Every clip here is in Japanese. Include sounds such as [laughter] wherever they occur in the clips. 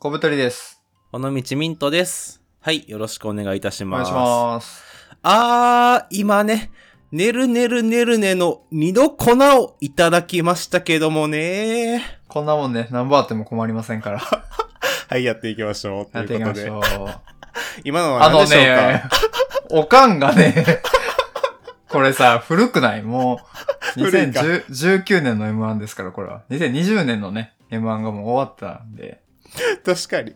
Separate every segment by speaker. Speaker 1: 小太りです。
Speaker 2: 尾道ミントです。はい、よろしくお願いいたし
Speaker 1: お
Speaker 2: ま
Speaker 1: 願い
Speaker 2: す。
Speaker 1: します。
Speaker 2: あー、今ね、ねるねるねるねの二度粉をいただきましたけどもね。
Speaker 1: こんなもんね、何本あっても困りません
Speaker 2: [laughs]
Speaker 1: から。
Speaker 2: はい、やっていきましょう。と
Speaker 1: やって
Speaker 2: い
Speaker 1: いうき
Speaker 2: こと
Speaker 1: まし
Speaker 2: で
Speaker 1: ょう。。
Speaker 2: 今のは
Speaker 1: あ
Speaker 2: 何
Speaker 1: の
Speaker 2: でしょうか、
Speaker 1: ね、おかんがね、 [laughs] これさ、古くないもう、
Speaker 2: 古いか
Speaker 1: 2019年の M1 ですから、これは。2020年のね、M1 がもう終わったんで。
Speaker 2: 確かに。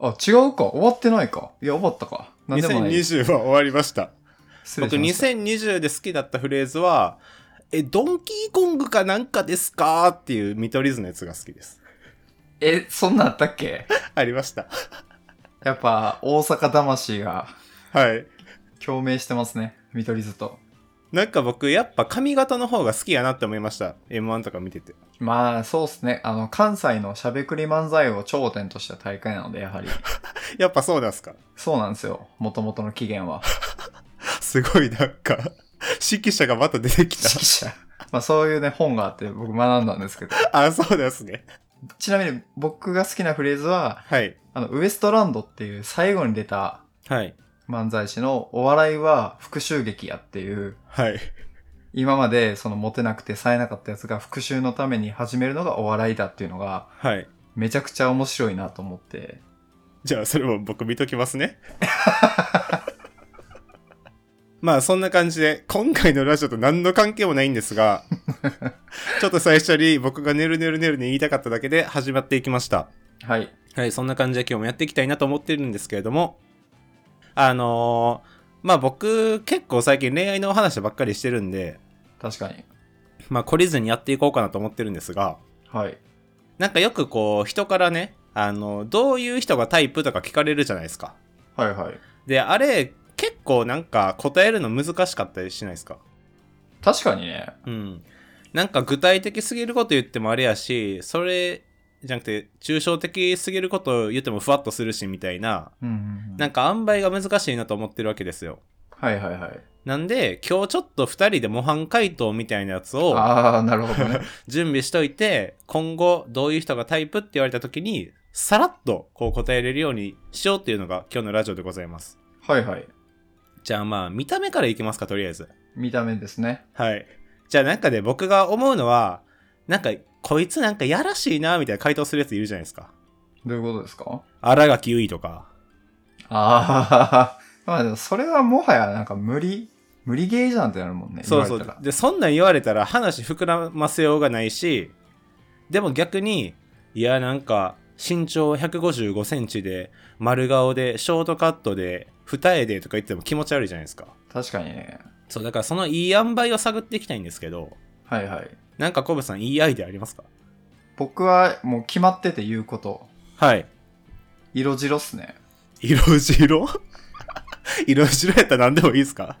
Speaker 1: あ、違うか終わってないかいや、終わったか。なんでもない。
Speaker 2: 2020は終わりました。
Speaker 1: 失礼
Speaker 2: 僕
Speaker 1: しました
Speaker 2: 2020で好きだったフレーズは、え、ドンキーコングかなんかですかっていう見取り図のやつが好きです。
Speaker 1: え、そんなんあったっけ
Speaker 2: ありました。
Speaker 1: やっぱ、大阪魂が
Speaker 2: はい。
Speaker 1: 共鳴してますね。見取り図と。
Speaker 2: なんか僕、やっぱ髪型の方が好きやなって思いました。M1 とか見てて。
Speaker 1: まあ、そうですね。あの、関西のしゃべくり漫才を頂点とした大会なので、やはり。
Speaker 2: [laughs] やっぱそうなんすか
Speaker 1: そうなんですよ。もともとの起源は。
Speaker 2: すごいなんか、指揮者がまた出てきた。 [laughs]
Speaker 1: 者。まあ、そういうね、本があって僕学んだんですけど。
Speaker 2: あ、そうですね。
Speaker 1: ちなみに僕が好きなフレーズは、
Speaker 2: はい。
Speaker 1: あの、ウエストランドっていう最後に出た
Speaker 2: はい。
Speaker 1: 漫才師のお笑いは復讐劇やっていう、
Speaker 2: はい。
Speaker 1: 今までそのモテなくて冴えなかったやつが復讐のために始めるのがお笑いだっていうのが、
Speaker 2: はい。
Speaker 1: めちゃくちゃ面白いなと思って。
Speaker 2: じゃあ、それも僕見ときます [laughs] ね。まあ、そんな感じで、今回のラジオと何の関係もないんです [laughs] が、ちょっと最初に僕がねるねるねるね言いたかっただけで始まっていきました。
Speaker 1: はい。
Speaker 2: はい、そんな感じで今日もやっていきたいなと思ってるんですけれども、あのーまあ僕結構最近恋愛のお話ばっかりしてるんで、
Speaker 1: 確かに。
Speaker 2: まあ懲りずにやっていこうかなと思ってるんですが、
Speaker 1: はい。
Speaker 2: なんかよくこう人からね、あの、どういう人がタイプとか聞かれるじゃないですか。
Speaker 1: はいはい。
Speaker 2: で、あれ結構なんか答えるの難しかったりしないですか
Speaker 1: 確かにね。
Speaker 2: うん。なんか具体的すぎること言ってもあれやし、それじゃなくて抽象的すぎること言ってもふわっとするしみたいな、
Speaker 1: うんうんうん
Speaker 2: なんか塩梅が難しいなと思ってるわけですよ。
Speaker 1: はいはいはい。
Speaker 2: なんで、今日ちょっと2人で模範解答みたいなやつを
Speaker 1: ああ、なるほど
Speaker 2: [laughs]
Speaker 1: ね。
Speaker 2: 準備しといて、今後どういう人がタイプって言われた時に、さらっとこう答えれるようにしようっていうのが今日のラジオでございます。
Speaker 1: はいはい。
Speaker 2: じゃあまあ、見た目からいきますか、とりあえず。
Speaker 1: 見た目ですね。
Speaker 2: はい。じゃあなんかね、僕が思うのは、なんか、こいつなんかやらしいな、みたいな回答するやついるじゃないですか。
Speaker 1: どういうことですか
Speaker 2: 荒垣結衣とか。
Speaker 1: ああ、 [laughs] まあでもそれはもはやなんか無理、無理ゲーじゃんってなるもんね。
Speaker 2: そうそ
Speaker 1: 言わ
Speaker 2: う
Speaker 1: れたら
Speaker 2: でそんなん言われたら話膨らませようがないしでも逆にいやなんか身長1 5 5センチで丸顔でショートカットで二重でとか言っても気持ち悪いじゃないですか
Speaker 1: 確かにね。
Speaker 2: そうだからそのいい塩梅を探っていきたいんですけど
Speaker 1: はいはい。
Speaker 2: なんかコブさんいいアイデアありますか
Speaker 1: 僕はもう決まってて言うこと。
Speaker 2: はい
Speaker 1: 色白っすね。[laughs]
Speaker 2: 色白色白やったら何でもいいですか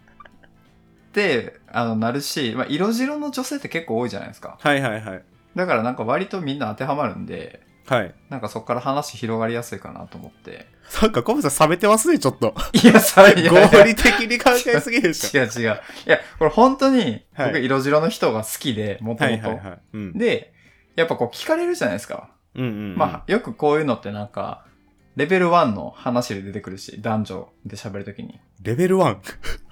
Speaker 1: で、あの、なるし、まあ、色白の女性って結構多いじゃないですか。
Speaker 2: はいはいはい
Speaker 1: だからなんか割とみんな当てはまるんで、
Speaker 2: はい
Speaker 1: なんかそこから話広がりやすいかなと思
Speaker 2: [laughs]
Speaker 1: って。
Speaker 2: なんかコブさん冷めてますねちょっと
Speaker 1: いや、さ、いやいや
Speaker 2: 合理的に考えすぎで
Speaker 1: [laughs]
Speaker 2: し
Speaker 1: 違う違う。いや、これ本当に、
Speaker 2: はい
Speaker 1: 僕色白の人が好きで、も
Speaker 2: ょ
Speaker 1: [laughs] と
Speaker 2: は
Speaker 1: も
Speaker 2: いはい
Speaker 1: と。
Speaker 2: はいうん
Speaker 1: で、やっぱこう聞かれるじゃないですか。
Speaker 2: うんうんうん
Speaker 1: まあ、よくこういうのってなんか、レベル1の話で出てくるし、男女で喋るときに。
Speaker 2: レベル 1?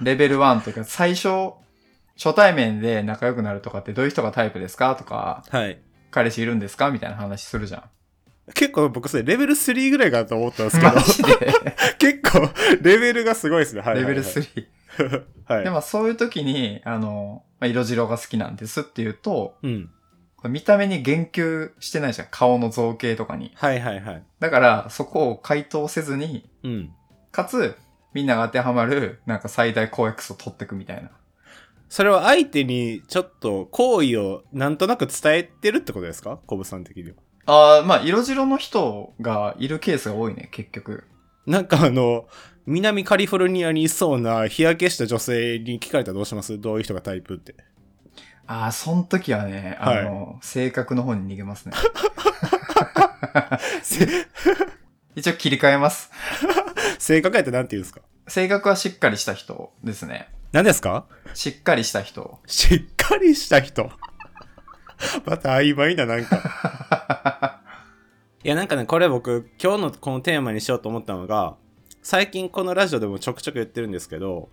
Speaker 1: レベル1というか、最初、初対面で仲良くなるとかってどういう人がタイプですかとか、
Speaker 2: はい。
Speaker 1: 彼氏いるんですかみたいな話するじゃ
Speaker 2: 結構僕それレベル3ぐらいかなと思ったんです
Speaker 1: ん。
Speaker 2: けど
Speaker 1: マ、ジで
Speaker 2: [laughs] 結構レベルがすごいですね。はい
Speaker 1: レ
Speaker 2: はい
Speaker 1: ベ
Speaker 2: はい
Speaker 1: ル3。
Speaker 2: はい。
Speaker 1: で、まあそういう時に、あの、まあ、色白が好きなんですって言うと、
Speaker 2: うん。
Speaker 1: これ見た目に言及してないじゃん。顔の造形とかに。
Speaker 2: はいはいはい。
Speaker 1: だから、そこを回答せずに、
Speaker 2: うん。
Speaker 1: かつ、みんなが当てはまる、なんか最大公約数を取ってくみたいな。
Speaker 2: それは相手にちょっと好意をなんとなく伝えてるってことですかコブさん的には。
Speaker 1: ああ、まあ、色白の人がいるケースが多いね、結局。
Speaker 2: なんかあの、南カリフォルニアにいそうな日焼けした女性に聞かれたらどうしますどういう人がタイプって。
Speaker 1: ああ、そん時はね、あの、性格の方に逃げますね。 [laughs]
Speaker 2: せ [laughs]
Speaker 1: 一応切り替えます。
Speaker 2: 性格やったらなんて言うんですか
Speaker 1: 性格はしっかりした人ですね。
Speaker 2: 何ですか
Speaker 1: しっかりした人。
Speaker 2: しっかりした人。また曖昧ななんか。 [laughs] いやなんかねこれ僕今日のこのテーマにしようと思ったのが最近このラジオでもちょくちょく言ってるんですけど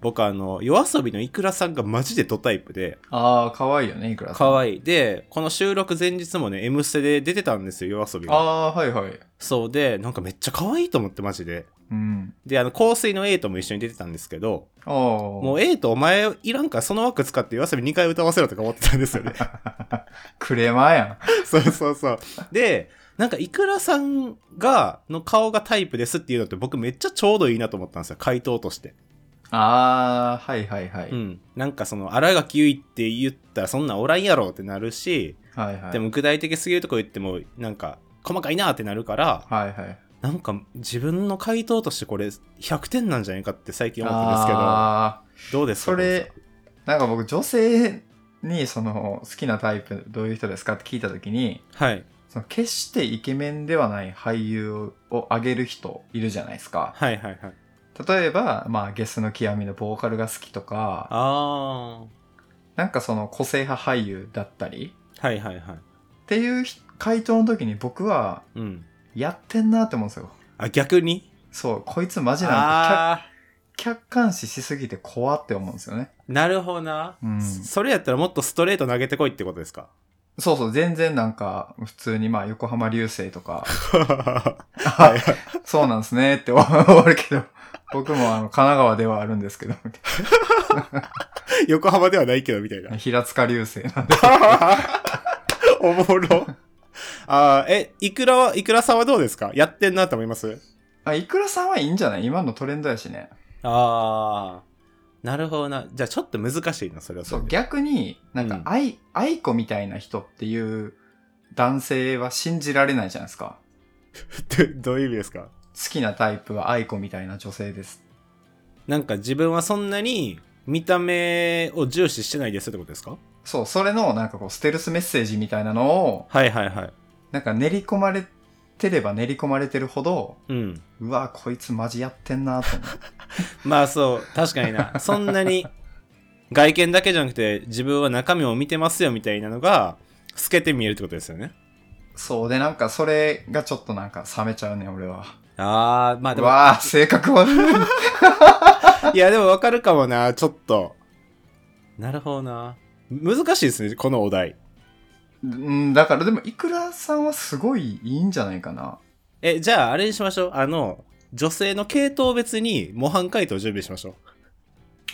Speaker 2: 僕あの夜遊びのいくらさんがマジでドタイプで
Speaker 1: ああ、可愛いよね、いくらさん。
Speaker 2: 可
Speaker 1: い
Speaker 2: 愛いでこの収録前日もね「M ステ」で出てたんですよ夜遊び
Speaker 1: あ
Speaker 2: が
Speaker 1: あ、はいはい。
Speaker 2: そうでなんかめっちゃ可愛いと思ってマジで
Speaker 1: うん。
Speaker 2: であの香水のエイトも一緒に出てたんですけど
Speaker 1: ああ。
Speaker 2: も
Speaker 1: も
Speaker 2: うエイトお前いらんからその枠使って夜遊び2回歌わせろとか思ってたんですよね
Speaker 1: クレーマーやん。
Speaker 2: [laughs] そうそうそうでなんかいくらさんがの顔がタイプですっていうのって僕めっちゃちょうどいいなと思ったんですよ回答として
Speaker 1: ああ、はいはいはい。
Speaker 2: うんなんかその新垣結衣って言ったらそんなんおらんやろってなるし
Speaker 1: はいはい。
Speaker 2: で、も具体的すぎるとこ言ってもなんか細かいなってなるから
Speaker 1: はいはい。
Speaker 2: なんか自分の回答としてこれ100点なんじゃないかって最近思ってるんですけど
Speaker 1: ああ、
Speaker 2: どうですか
Speaker 1: それ、なんか僕、女性に、その、好きなタイプ、どういう人ですかって聞いたときに、
Speaker 2: はい
Speaker 1: その決してイケメンではない俳優を上げる人いるじゃないですか。
Speaker 2: はいはいはい
Speaker 1: 例えば、まあ、ゲスの極みのボーカルが好きとか、
Speaker 2: あ
Speaker 1: なんかその個性派俳優だったり
Speaker 2: ーはいはいはい
Speaker 1: っていうひ回答の時に僕は
Speaker 2: うん
Speaker 1: やってんなって思うんですよ。
Speaker 2: あ逆に
Speaker 1: そう、こいつマジなんか
Speaker 2: あ
Speaker 1: 客客観視しすぎて怖って思うんですよね。
Speaker 2: ーなるほどな、
Speaker 1: うん
Speaker 2: それやったらもっとストレート投げてこいってことですか
Speaker 1: そうそう、全然なんか普通にまあ横浜流星とか、
Speaker 2: はい
Speaker 1: [laughs] そうなんですねって終わるけど、僕もあの神奈川ではあるんですけど、みたい
Speaker 2: [laughs] 横浜ではないけどみたいな
Speaker 1: な平塚流星なんで
Speaker 2: [laughs] おもろ。あーえ、いくらは、いくらさんはどうですかやってんなと思います
Speaker 1: あ、いくらさんはいいんじゃない今のトレンドやしね。
Speaker 2: あー、なるほどな。じゃあちょっと難しいな、それは
Speaker 1: そう、
Speaker 2: れで
Speaker 1: 逆に、なん
Speaker 2: う
Speaker 1: か
Speaker 2: ん、
Speaker 1: 愛、愛子みたいな人っていう男性は信じられないじゃないですか。
Speaker 2: [laughs] どどういう意味ですか
Speaker 1: 好きなタイプは愛子みたいな女性です。
Speaker 2: なんか自分はそんなに見た目を重視してないですってことですか
Speaker 1: そう、それの、なんかこう、ステルスメッセージみたいなのを、
Speaker 2: はいはいはい。
Speaker 1: なんか練り込まれてれば練り込まれてるほど、
Speaker 2: うん。
Speaker 1: うわ、こいつマジやってんなと思う。
Speaker 2: まあそう、確かに [laughs] な。そんなに外見だけじゃなくて自分は中身を見てますよみたいなのが透けて見えるってことですよね。
Speaker 1: そうで、なんかそれがちょっとなんか冷めちゃうね、俺は。
Speaker 2: あー、まあ
Speaker 1: う
Speaker 2: でも
Speaker 1: わあ、性格悪い。
Speaker 2: いや、でもわかるかもな、ちょっと。なるほどな。難しいですね、このお題。
Speaker 1: うん、だからでも、いくらさんはすごいいいんじゃないかな。
Speaker 2: え、じゃあ、あれにしましょう。あの、女性の系統別に模範解答を準備しましょ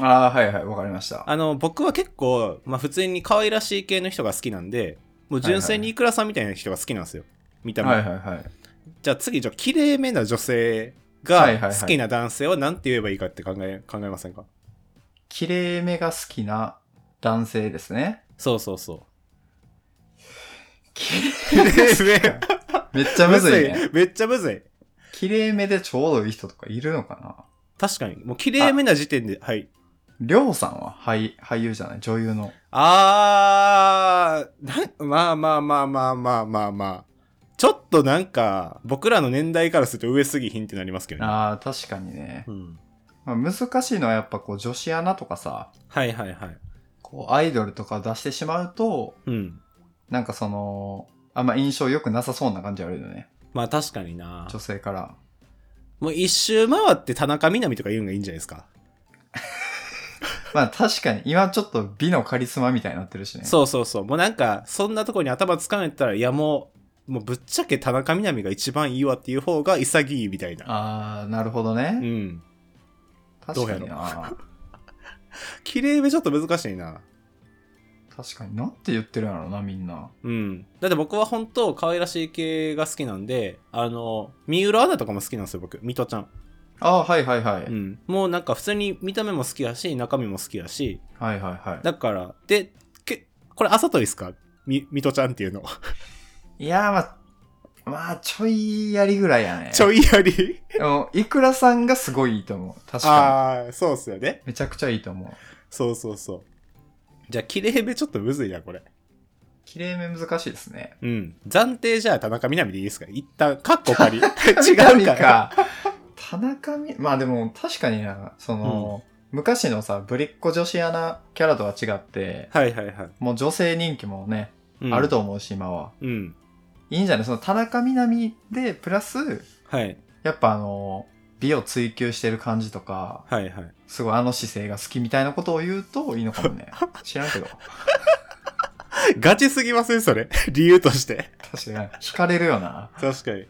Speaker 2: う。
Speaker 1: ああ、はいはい、わかりました。
Speaker 2: あの、僕は結構、まあ普通に可愛らしい系の人が好きなんで、もう純粋にいくらさんみたいな人が好きなんですよ。見た目。
Speaker 1: はいはいはい。
Speaker 2: じゃあ次、じゃあ、綺麗めな女性
Speaker 1: はいはい
Speaker 2: が
Speaker 1: はい
Speaker 2: 好きな男性は何て言えばいいかって考え、考えませんか
Speaker 1: 綺麗めが好きな男性ですね。
Speaker 2: そうそうそう。
Speaker 1: 綺麗
Speaker 2: 綺麗め。
Speaker 1: めっちゃむずいね。
Speaker 2: めっちゃむずい。
Speaker 1: 綺麗めでちょうどいい人とかいるのか
Speaker 2: 確かに。もう綺麗めな時点で、はい。
Speaker 1: なりょうさんは俳俳優じゃない女優の。
Speaker 2: あーな、まあまあまあまあまあまあまあ。ちょっとなんか、僕らの年代からすると上すぎひんってなりますけどね。
Speaker 1: ああ、確かにね
Speaker 2: う。ん、
Speaker 1: まあ、難しいのはやっぱこう女子アナとかさ、
Speaker 2: はいはいはい。
Speaker 1: こうアイドルとか出してしまうと、
Speaker 2: うん。
Speaker 1: なんかその、あんま印象良くなさそうな感じあるよね。
Speaker 2: まあ確かにな
Speaker 1: 女。性から。
Speaker 2: もう一周回って田中みな実とか言うのがいいんじゃないですか。
Speaker 1: まあ確かに、今ちょっと美のカリスマみたいになってるしね。
Speaker 2: そうそうそう。もうなんか、そんなとこに頭つかめたら、いやもう、もうぶっちゃけ田中みな実が一番いいわっていう方が潔いみたいな。
Speaker 1: ああ、なるほどね。
Speaker 2: うん。
Speaker 1: 確かにな。
Speaker 2: 綺麗めちょっと難しいな。
Speaker 1: 確かに。なんて言ってるんやろな、みんな。
Speaker 2: うん。だって僕は本当可愛らしい系が好きなんで、あの、三浦アナとかも好きなんですよ、僕。ミトちゃん。
Speaker 1: ああ、はいはいはい。
Speaker 2: うん。もうなんか普通に見た目も好きやし、中身も好きやし。
Speaker 1: はいはいはい。
Speaker 2: だから、で、けこれ朝とですかみ、ミトちゃんっていうの。
Speaker 1: いやーまあ、まあ、ちょいやりぐらいやね。
Speaker 2: ちょいやり
Speaker 1: でもいくらさんがすごいいいと思う。確か
Speaker 2: ああ、そうっすよね
Speaker 1: に。。めちゃくちゃいいと思う。
Speaker 2: そうそうそう。じゃあ、綺麗めちょっとむずいな、これ。
Speaker 1: きれいめ難しいですね。
Speaker 2: うん。暫定じゃあ田中みな実でいいですか一旦、カッコ仮。違う
Speaker 1: 何
Speaker 2: から。。
Speaker 1: 田中み、まあでも確かにな、その、昔のさ、ぶりっ子女子アナキャラとは違って、
Speaker 2: はいはいはい。
Speaker 1: もう女性人気もね、
Speaker 2: うん
Speaker 1: ある。と思うし、今は。
Speaker 2: うん。
Speaker 1: いいんじゃないその田中みな実で、プラス、
Speaker 2: はい
Speaker 1: やっぱあの、美を追求してる感じとか、
Speaker 2: はいはい
Speaker 1: すごいあの姿勢が好きみたいなことを言うといいのかも
Speaker 2: [laughs]
Speaker 1: ね。知らんけど。
Speaker 2: ガチすぎませんそれ [laughs] 理由として
Speaker 1: 確かに。惹かれるよな。
Speaker 2: 確かに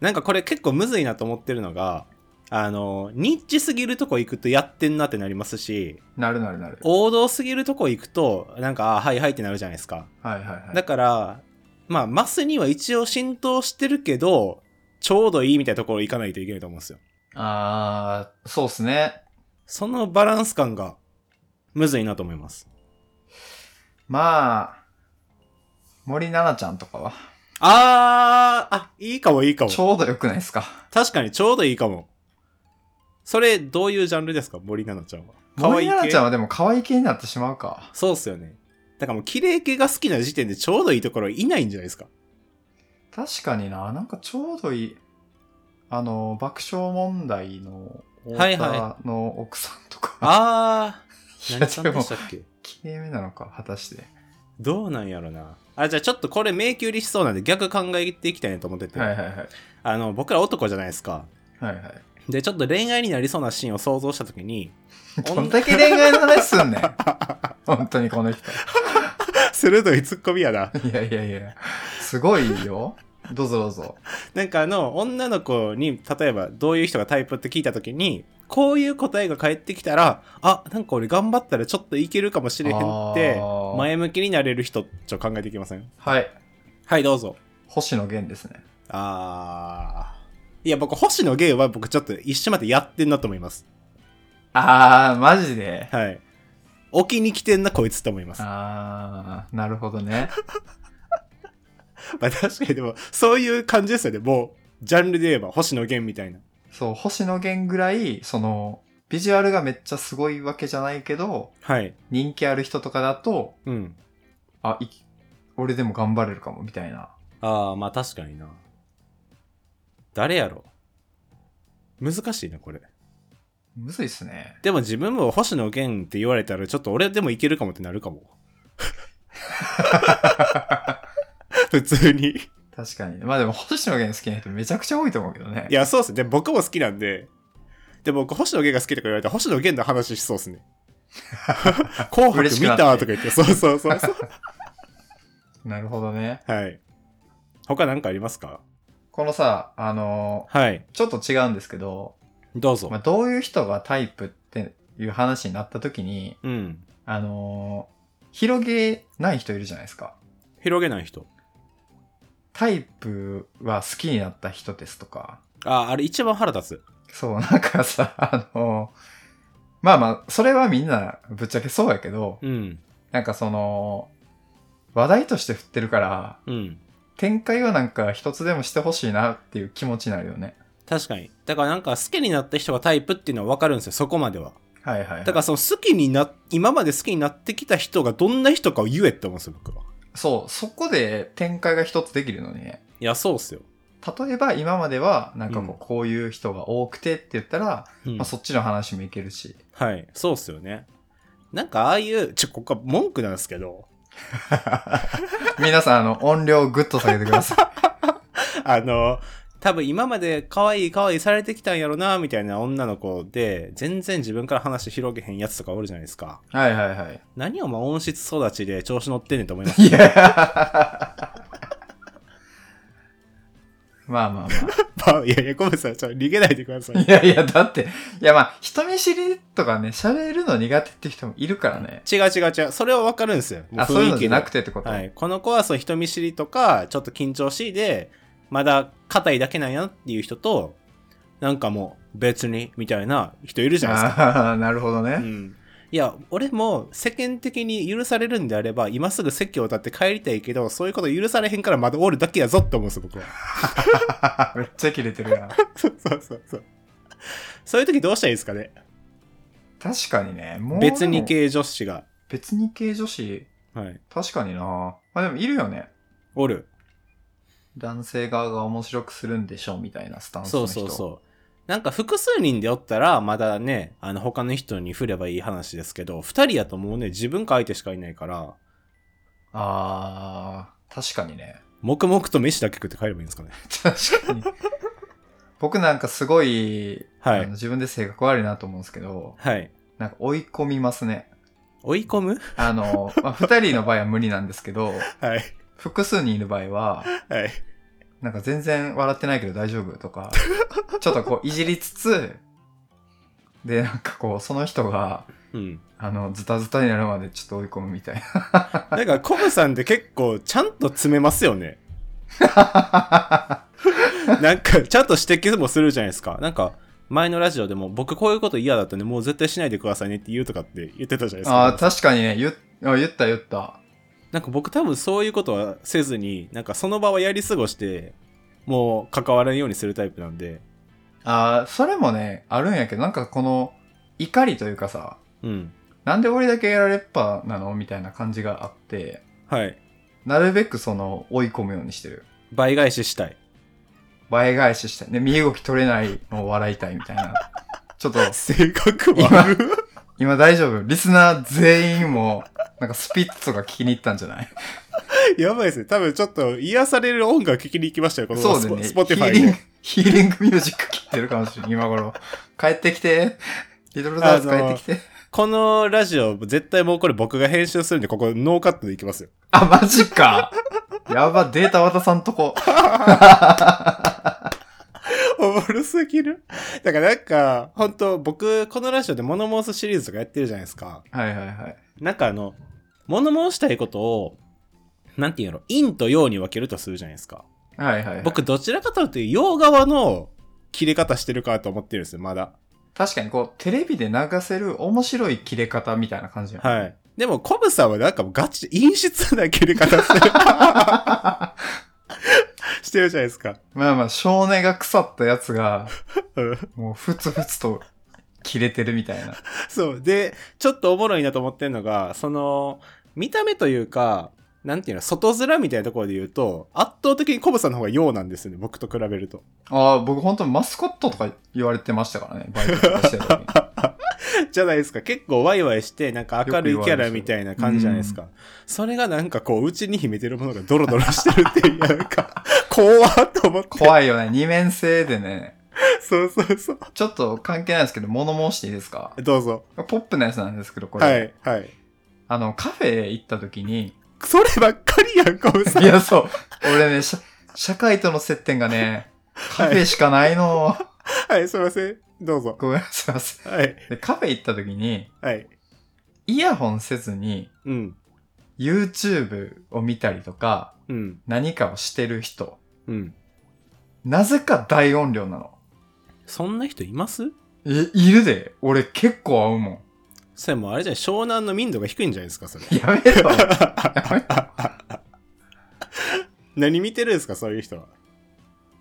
Speaker 2: なんかこれ結構むずいなと思ってるのがあのニッチすぎるとこ行くとやってんなってなりますし
Speaker 1: なるなるなる。
Speaker 2: 王道すぎるとこ行くとなんかあはいはいってなるじゃないですか
Speaker 1: はいはいはい。
Speaker 2: だからまあマスには一応浸透してるけどちょうどいいみたいなところ行かないといけないと思うんですよ
Speaker 1: あー、そうっすね。
Speaker 2: そのバランス感がむずいなと思います
Speaker 1: まあ、森奈々ちゃんとかは、
Speaker 2: あーあいいかもいいかも
Speaker 1: ちょうどよくないですか。
Speaker 2: 確かにちょうどいいかもそれどういうジャンルですか森奈々ちゃんは
Speaker 1: 森奈々ちゃん
Speaker 2: ん
Speaker 1: はでも可愛い系になってしまうか。
Speaker 2: そうっすよねだからもう綺麗系が好きな時点でちょうどいいところいないんじゃないですか
Speaker 1: 確かにな、なんかちょうどいい。あの、爆笑問題の、
Speaker 2: はいは
Speaker 1: の奥さんとか。
Speaker 2: ああ
Speaker 1: いや
Speaker 2: 何さん
Speaker 1: で
Speaker 2: で
Speaker 1: も
Speaker 2: し、たっけ
Speaker 1: きれいめなのか、果たして。
Speaker 2: どうなんやろなあじゃあちょっとこれ迷宮入りしそうなんで逆考えていきたいなと思ってて、
Speaker 1: はいはいはい。
Speaker 2: あの僕ら男じゃないですか
Speaker 1: はいはい。
Speaker 2: でちょっと恋愛になりそうなシーンを想像した時に
Speaker 1: どんだけ恋愛の話すんねん。本当にこの人。
Speaker 2: [laughs] 鋭いツッコミやない
Speaker 1: やいやいや。すごいよ。どうぞどうぞ。
Speaker 2: なんかあの女の子に例えばどういう人がタイプって聞いた時にこういう答えが返ってきたらあなんか俺頑張ったらちょっといけるかもしれへんって
Speaker 1: あー
Speaker 2: 前向きになれる人ちょっと考えていきません
Speaker 1: はい。
Speaker 2: はいどうぞ
Speaker 1: 星野源ですね。
Speaker 2: あーいや僕星野芸は僕ちょっと一緒までやってんなと思います
Speaker 1: あー、マジで。
Speaker 2: はい置きに来てんなこいつと思います
Speaker 1: あー、なるほどね。
Speaker 2: まあ確かにでもそういう感じですよねもうジャンルで言えば星野源みたいな
Speaker 1: そう、星野源ぐらい、その、ビジュアルがめっちゃすごいわけじゃないけど、
Speaker 2: はい
Speaker 1: 人気ある人とかだと、
Speaker 2: うん
Speaker 1: あ、い俺でも頑張れるかも、みたいな。
Speaker 2: ああまあ確かにな誰やろ難しいなこれ
Speaker 1: むずいっす
Speaker 2: [laughs]
Speaker 1: ね。
Speaker 2: でも自分も星野源って言われたらちょっと俺でもいけるかもってなるかも [laughs] 普通にい
Speaker 1: 確かに。まあでも、星野源好きな人めちゃくちゃ多いと思うけどね。
Speaker 2: やそうっすねで僕も好きなんでで僕星野源が好きとか言われたら星野源の話しそうっすね [laughs] 紅白
Speaker 1: 嬉しく
Speaker 2: 見
Speaker 1: な
Speaker 2: た
Speaker 1: って
Speaker 2: とか言ってそうそうそうそう
Speaker 1: なるほどね。
Speaker 2: はい他何かありますか
Speaker 1: このさ、あの
Speaker 2: はい
Speaker 1: ーちょっと違うんですけど、
Speaker 2: どうぞ
Speaker 1: まあ、どういう人がタイプっていう話になった時に、
Speaker 2: うん
Speaker 1: あのー広げない人いるじゃないですか。
Speaker 2: 広げない人
Speaker 1: タイプは好きになった人ですとか、
Speaker 2: ああれ一番腹立つ
Speaker 1: そう、なんかさ、あの、まあまあ、それはみんなぶっちゃけそうやけど、
Speaker 2: うん
Speaker 1: なんかその、話題として振ってるから、
Speaker 2: うん
Speaker 1: 展開はなんか一つでもしてほしいなっていう気持ちになるよね。
Speaker 2: 確かにだからなんか好きになった人がタイプっていうのは分かるんですよそこまでは
Speaker 1: はいはい、はい。
Speaker 2: だからその好きにな今まで好きになってきた人がどんな人かを言えって思うんですよ僕は
Speaker 1: そう、そこで展開が一つできるのにね。
Speaker 2: いやそうっすよ、
Speaker 1: 例えば今までは、なんかこう、
Speaker 2: うん
Speaker 1: こういう人が多くてって言ったら、
Speaker 2: うん
Speaker 1: まあそっちの話もいけるし。
Speaker 2: はいそうっすよねなんかああいうちょここは文句なんですけど
Speaker 1: 皆さん、あの、音量をぐっと下げてください。
Speaker 2: あの多分今まで可愛い可愛いされてきたんやろなみたいな女の子で全然自分から話広げへんやつとかおるじゃないですか
Speaker 1: [laughs] はいはいはい。
Speaker 2: 何をまあ音質育ちで調子乗ってんねんと思います [laughs]
Speaker 1: いや。 [laughs] まあまあま
Speaker 2: まあいやいや、ごめんなさい。ちょっと逃げないでくださ
Speaker 1: あ。
Speaker 2: い
Speaker 1: い。やいや、だって、いやまあ、人見知りとかね、喋るの苦手って人もいるからね。
Speaker 2: 違う違う違う。それはわかるんですよ。も
Speaker 1: あ、そういうの
Speaker 2: 雰囲気
Speaker 1: じ
Speaker 2: で
Speaker 1: ゃなくてってこと。
Speaker 2: はい。この子はそう人見知りとか、ちょっと緊張しいで、まだ硬いだけなんやなっていう人と、なんかもう別に、みたいな人いるじゃないですか。
Speaker 1: ああ、なるほど
Speaker 2: う
Speaker 1: ね。
Speaker 2: ん。いや、俺も世間的に許されるんであれば、今すぐ席を立って帰りたいけど、そういうこと許されへんからまだおるだけやぞって思うんですよ、僕 [laughs] は。
Speaker 1: めっちゃキレてるやん。
Speaker 2: そうそうそうそう。そういう時どうしたらいいですかね
Speaker 1: 確かにね、もう。
Speaker 2: 別に。系女子が。
Speaker 1: 別に系女子、
Speaker 2: はい。
Speaker 1: 確かにな。まあでもいるよね。
Speaker 2: おる。
Speaker 1: 男性側が面白くするんでしょみたいなスタンス
Speaker 2: そ
Speaker 1: の
Speaker 2: う
Speaker 1: 人。
Speaker 2: そうそうなんか複数人でおったらまだねあの他の人に振ればいい話ですけど2人やともうね自分か相手しかいないから
Speaker 1: ああ、確かにね。
Speaker 2: 黙々と飯だけ食って帰ればいいんですかね。
Speaker 1: 確かに。僕なんかすごい、
Speaker 2: は
Speaker 1: あの
Speaker 2: い。
Speaker 1: 自分で性格悪いなと思うんですけど、
Speaker 2: はい。
Speaker 1: なんか追い込みますね。
Speaker 2: 追い込む
Speaker 1: あの、 [laughs] まあ、二人の場合は無理なんですけど、
Speaker 2: はい。
Speaker 1: 複数人いる場合は、
Speaker 2: はい。
Speaker 1: なんか全然笑ってないけど大丈夫とか、ちょっとこういじりつつ、で、なんかこう、その人が、
Speaker 2: うん。
Speaker 1: あの、ズタズタになるまでちょっと追い込むみたい
Speaker 2: なんか、コブさんって結構、ちゃんと詰めますよ [laughs] ね。
Speaker 1: な。
Speaker 2: なんか、ちゃんと指摘もするじゃないですか。なんか、前のラジオでも、僕こういうこと嫌だったんで、もう絶対しないでくださいねって言うとかって言ってたじゃないです
Speaker 1: ああ、
Speaker 2: か。
Speaker 1: 確かにね、言っあ言った言った。
Speaker 2: なんか僕多分そういうことはせずに、なんかその場はやり過ごして、もう関わらないようにするタイプなんで、
Speaker 1: ああ、それもね、あるんやけど、なんかこの、怒りというかさ、
Speaker 2: うん。
Speaker 1: なんで俺だけやられっぱなのみたいな感じがあって、
Speaker 2: はい。
Speaker 1: なるべくその、追い込むようにしてる。
Speaker 2: 倍返ししたい。
Speaker 1: 倍返ししたい。ね、身動き取れないのを笑いたいみたい
Speaker 2: [laughs]
Speaker 1: な。ちょっと、
Speaker 2: 性格悪
Speaker 1: 今大丈夫リスナー全員も、なんかスピッツとか聞きに行ったんじゃない
Speaker 2: いやばいですね。多分ちょっと癒される音楽聴きに行きましたよ、この
Speaker 1: そうでね。
Speaker 2: スポティファ
Speaker 1: ヒーリング
Speaker 2: イ。
Speaker 1: ヒーリングミュージック聞いてるかもしれない。今頃。帰ってきて。リトルダース帰ってきて。
Speaker 2: このラジオ、絶対もうこれ僕が編集するんで、ここノーカットでいきますよ。
Speaker 1: あ、マジか。やば、データ渡さんとこ。
Speaker 2: おもろすぎる。だからなんか、本当僕、このラジオでモノモースシリーズとかやってるじゃないですか。
Speaker 1: はいはいはい。
Speaker 2: なんかあの、物申したいことを、なんていうの、陰と陽に分けるとするじゃないですか。
Speaker 1: はいはい、はい。
Speaker 2: 僕、どちらかというと、陽側の切れ方してるかと思ってるんですよ、まだ。
Speaker 1: 確かにこう、テレビで流せる面白い切れ方みたいな感じや
Speaker 2: [laughs]
Speaker 1: ん。
Speaker 2: はい。でも、コブさんはなんかもうガチ、陰湿な切れ方してるしてるじゃないですか。 [laughs]
Speaker 1: まあまあ、少年が腐ったやつが、
Speaker 2: うん
Speaker 1: もうふつふつと切れてるみたいな。
Speaker 2: そう。で、ちょっとおもろいなと思ってんのが、その、見た目というか、なんていうの、外面みたいなところで言うと、圧倒的にコブさんの方が陽なんですよね、僕と比べると。
Speaker 1: ああ、僕本当にマスコットとか言われてましたからね、バイトとかしてる
Speaker 2: [laughs]
Speaker 1: 時に。
Speaker 2: じゃないですか。結構ワイワイして、なんか明るいキャラみたいな感じじゃないですか。それがなんかこう、内に秘めてるものがドロドロしてるっていう、なんか、 [laughs] 怖っと思って。
Speaker 1: 怖いよね、二面性でね。
Speaker 2: そうそうそう。
Speaker 1: ちょっと関係ないですけど、物申していいですか
Speaker 2: どうぞ。
Speaker 1: ポップなやつなんですけど、これ。
Speaker 2: はい、はい。
Speaker 1: あの、カフェ行った時に、
Speaker 2: そればっかりやん、コブさん。
Speaker 1: いや、そう。俺ね、社社会との接点がね、カフェしかないの。
Speaker 2: はい、すいません。どうぞ。
Speaker 1: ごめんなさいませ
Speaker 2: はい、
Speaker 1: ん。で、カフェ行った時に、
Speaker 2: はい。
Speaker 1: イヤホンせずに、
Speaker 2: うん、
Speaker 1: YouTube を見たりとか、
Speaker 2: うん、
Speaker 1: 何かをしてる人、
Speaker 2: うん。
Speaker 1: なぜか大音量なの。
Speaker 2: そんな人います
Speaker 1: え、いるで。俺結構合うもん。
Speaker 2: それもうあれじゃない湘南の民度が低いんじゃないですか、それ。
Speaker 1: やめろ。
Speaker 2: 何見てるんですか、そういう人は。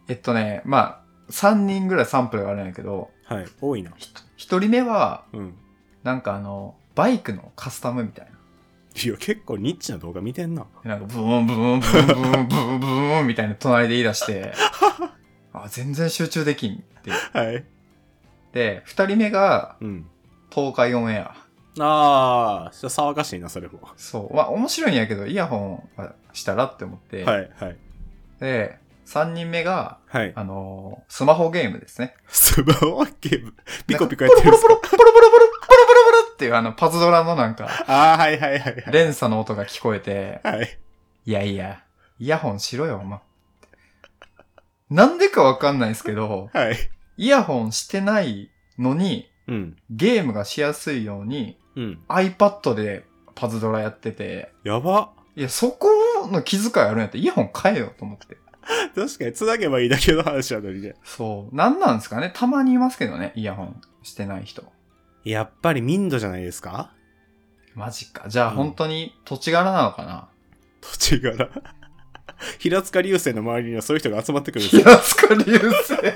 Speaker 1: えっとね、まあ、3人ぐらいサンプルがあるんやけど、
Speaker 2: はい、多いな。
Speaker 1: ひと一人目は、
Speaker 2: うん。
Speaker 1: なんかあの、バイクのカスタムみたい
Speaker 2: いや、結構ニッチな動画見てんな。
Speaker 1: な。なんかブーンブーンブーンブーンブーンブーンみたいな隣で言い出して、あ、全然集中できんって。
Speaker 2: はい。
Speaker 1: で、二人目が
Speaker 2: うん。
Speaker 1: 東海オンエア。
Speaker 2: あー、ちょっと騒がしいな、それも。は
Speaker 1: そう。まあ面白いんやけど、イヤホンはしたらって思って。
Speaker 2: い、はい。
Speaker 1: で、三人目が、
Speaker 2: はい。
Speaker 1: あのースマホゲームですね。
Speaker 2: スマホゲーム。ピコピコや
Speaker 1: ポ
Speaker 2: っ
Speaker 1: ロポ
Speaker 2: てるんで
Speaker 1: ロ
Speaker 2: す
Speaker 1: ポロ、
Speaker 2: か
Speaker 1: ポロポロポロ、ポロポロポロっていうあの、パズドラのなんか、
Speaker 2: [laughs] あー、はいはいはいはい。
Speaker 1: 連鎖の音が聞こえて、
Speaker 2: はい。
Speaker 1: いやいや、イヤホンしろよ、お前。なんでかわかんないですけど、
Speaker 2: はい。
Speaker 1: イヤホンしてないのに、
Speaker 2: うん。
Speaker 1: ゲームがしやすいように、
Speaker 2: うん。
Speaker 1: iPad でパズドラやってて、
Speaker 2: やば。
Speaker 1: いや、そこの気遣いあるんやったらイヤホン変えようと思って。
Speaker 2: 確かに、繋げばいいだけの話なのにね。
Speaker 1: そう。なんなんですかねたまにいますけどね、イヤホンしてない人。
Speaker 2: やっぱり民度じゃないですか
Speaker 1: マジか。じゃあ
Speaker 2: うん
Speaker 1: 本当に土地柄なのかな、
Speaker 2: 土地柄。 [laughs] 平塚流星の周りにはそういう人が集まってくるんです [laughs] よ。
Speaker 1: 平塚流星。 [laughs]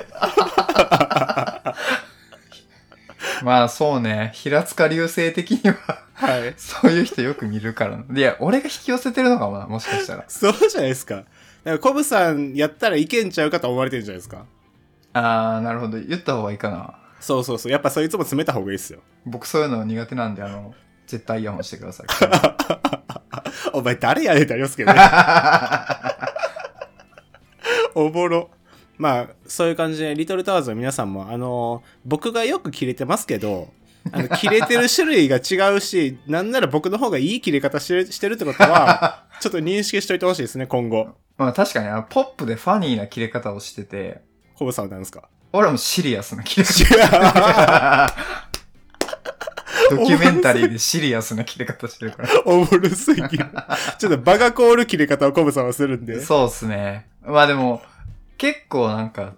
Speaker 1: まあそうね、平塚流星的には、
Speaker 2: はい。
Speaker 1: そういう人よく見るからな。いや、俺が引き寄せてるのかもな、もしかしたら。
Speaker 2: そうじゃないですか。だから、コブさんやったらいけんちゃうかと思われてるんじゃないですか。
Speaker 1: あー、なるほど。言った方がいいかな。
Speaker 2: そうそうそう。やっぱそいつも詰めた方がいいですよ。
Speaker 1: 僕そういうの苦手なんで、あの、絶対イヤホン [laughs] してください。
Speaker 2: お前誰やねんってありますけどね。おぼろ。まあ、そういう感じで、リトルタワーズの皆さんも、あのー僕がよく切れてますけど、あの切れてる種類が違うし、なんなら僕の方がいい切れ方してるしてるってこ
Speaker 1: [laughs]
Speaker 2: とは、ちょっと認識しといてほしいですね、今後。
Speaker 1: まあ確かにあの、ポップでファニーな切れ方をしてて、
Speaker 2: コブさんは何ですか [laughs]
Speaker 1: 俺はもうシリアスな切れ [laughs]
Speaker 2: いや
Speaker 1: 方。ドキュメンタリーでシリアスな切れ方してるから。
Speaker 2: おもろすぎる。ちょっとバカ凍る切れ方をコブさんはするんで。
Speaker 1: そうっすね。まあでも、結構なんか、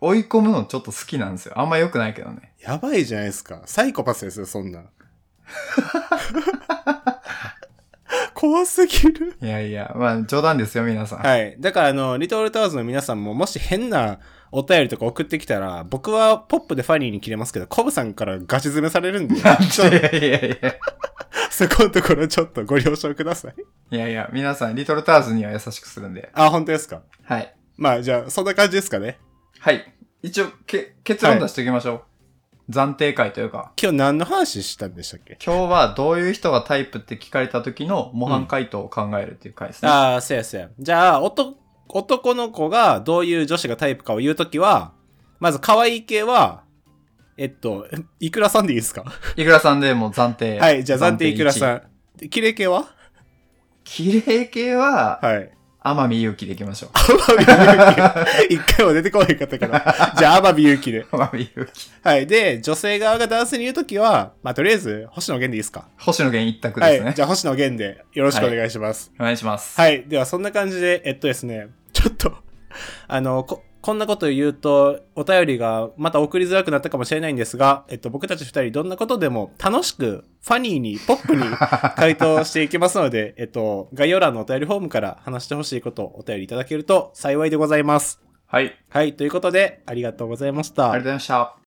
Speaker 1: 追い込むのちょっと好きなんですよ。あんま良くないけどね。
Speaker 2: やばいじゃないですか。サイコパスですよ、そんなん。怖すぎる。
Speaker 1: いやいや、まあ冗談ですよ、皆さん。
Speaker 2: はい。だから、あの、リトルタワーズの皆さんも、もし変なお便りとか送ってきたら、僕はポップでファニーに切れますけど、コブさんからガチ詰めされるんで、 [laughs]
Speaker 1: なん
Speaker 2: ちょっと
Speaker 1: [laughs] でいやいやいや。
Speaker 2: そこのところちょっとご了承ください。
Speaker 1: いやいや、皆さん、リトルターズには優しくするんで。
Speaker 2: あ、本当ですか。
Speaker 1: はい。
Speaker 2: まあ、じゃあ、そんな感じですかね。
Speaker 1: はい。一応、け結論出しておきましょう。暫定回というか、
Speaker 2: 今日何の話したんでしたっけ
Speaker 1: 今日はどういう人がタイプって聞かれた時の模範回答を考えるっていう回ですね。
Speaker 2: ああ、そうやそうや。じゃあ、男、男の子がどういう女子がタイプかを言うときは、まず可愛い系は、えっと、いくらさんでいいですか
Speaker 1: いくらさんでもう暫定。
Speaker 2: はい、じゃあ暫定いくらさ
Speaker 1: ん。
Speaker 2: ん。で綺麗系は
Speaker 1: 綺麗系は、
Speaker 2: はい。
Speaker 1: 天海祐希でいきましょう。
Speaker 2: 天海祐希。一回も出てこへんかっ
Speaker 1: [laughs]
Speaker 2: たから。じゃあ、天海祐希で。
Speaker 1: 天海祐希。
Speaker 2: はい。で、女性側が男性に言うときは、まあ、とりあえず、星野源でいいですか
Speaker 1: 星野源一択ですね。
Speaker 2: はい。じゃあ、星野源でよろしくお願いします。
Speaker 1: お願いします。
Speaker 2: はい。では、そんな感じで、えっとですね、ちょっと、あの、こ、こんなこと言うと、お便りがまた送りづらくなったかもしれないんですが、えっと、僕たち二人、どんなことでも楽しく、ファニーに、ポップ
Speaker 1: [laughs]
Speaker 2: に回答していきますので、えっと、概要欄のお便りフォームから話してほしいことをお便りいただけると幸いでございます。
Speaker 1: はい。あり
Speaker 2: はい。ということで、ありがとうございました。
Speaker 1: がとうございました。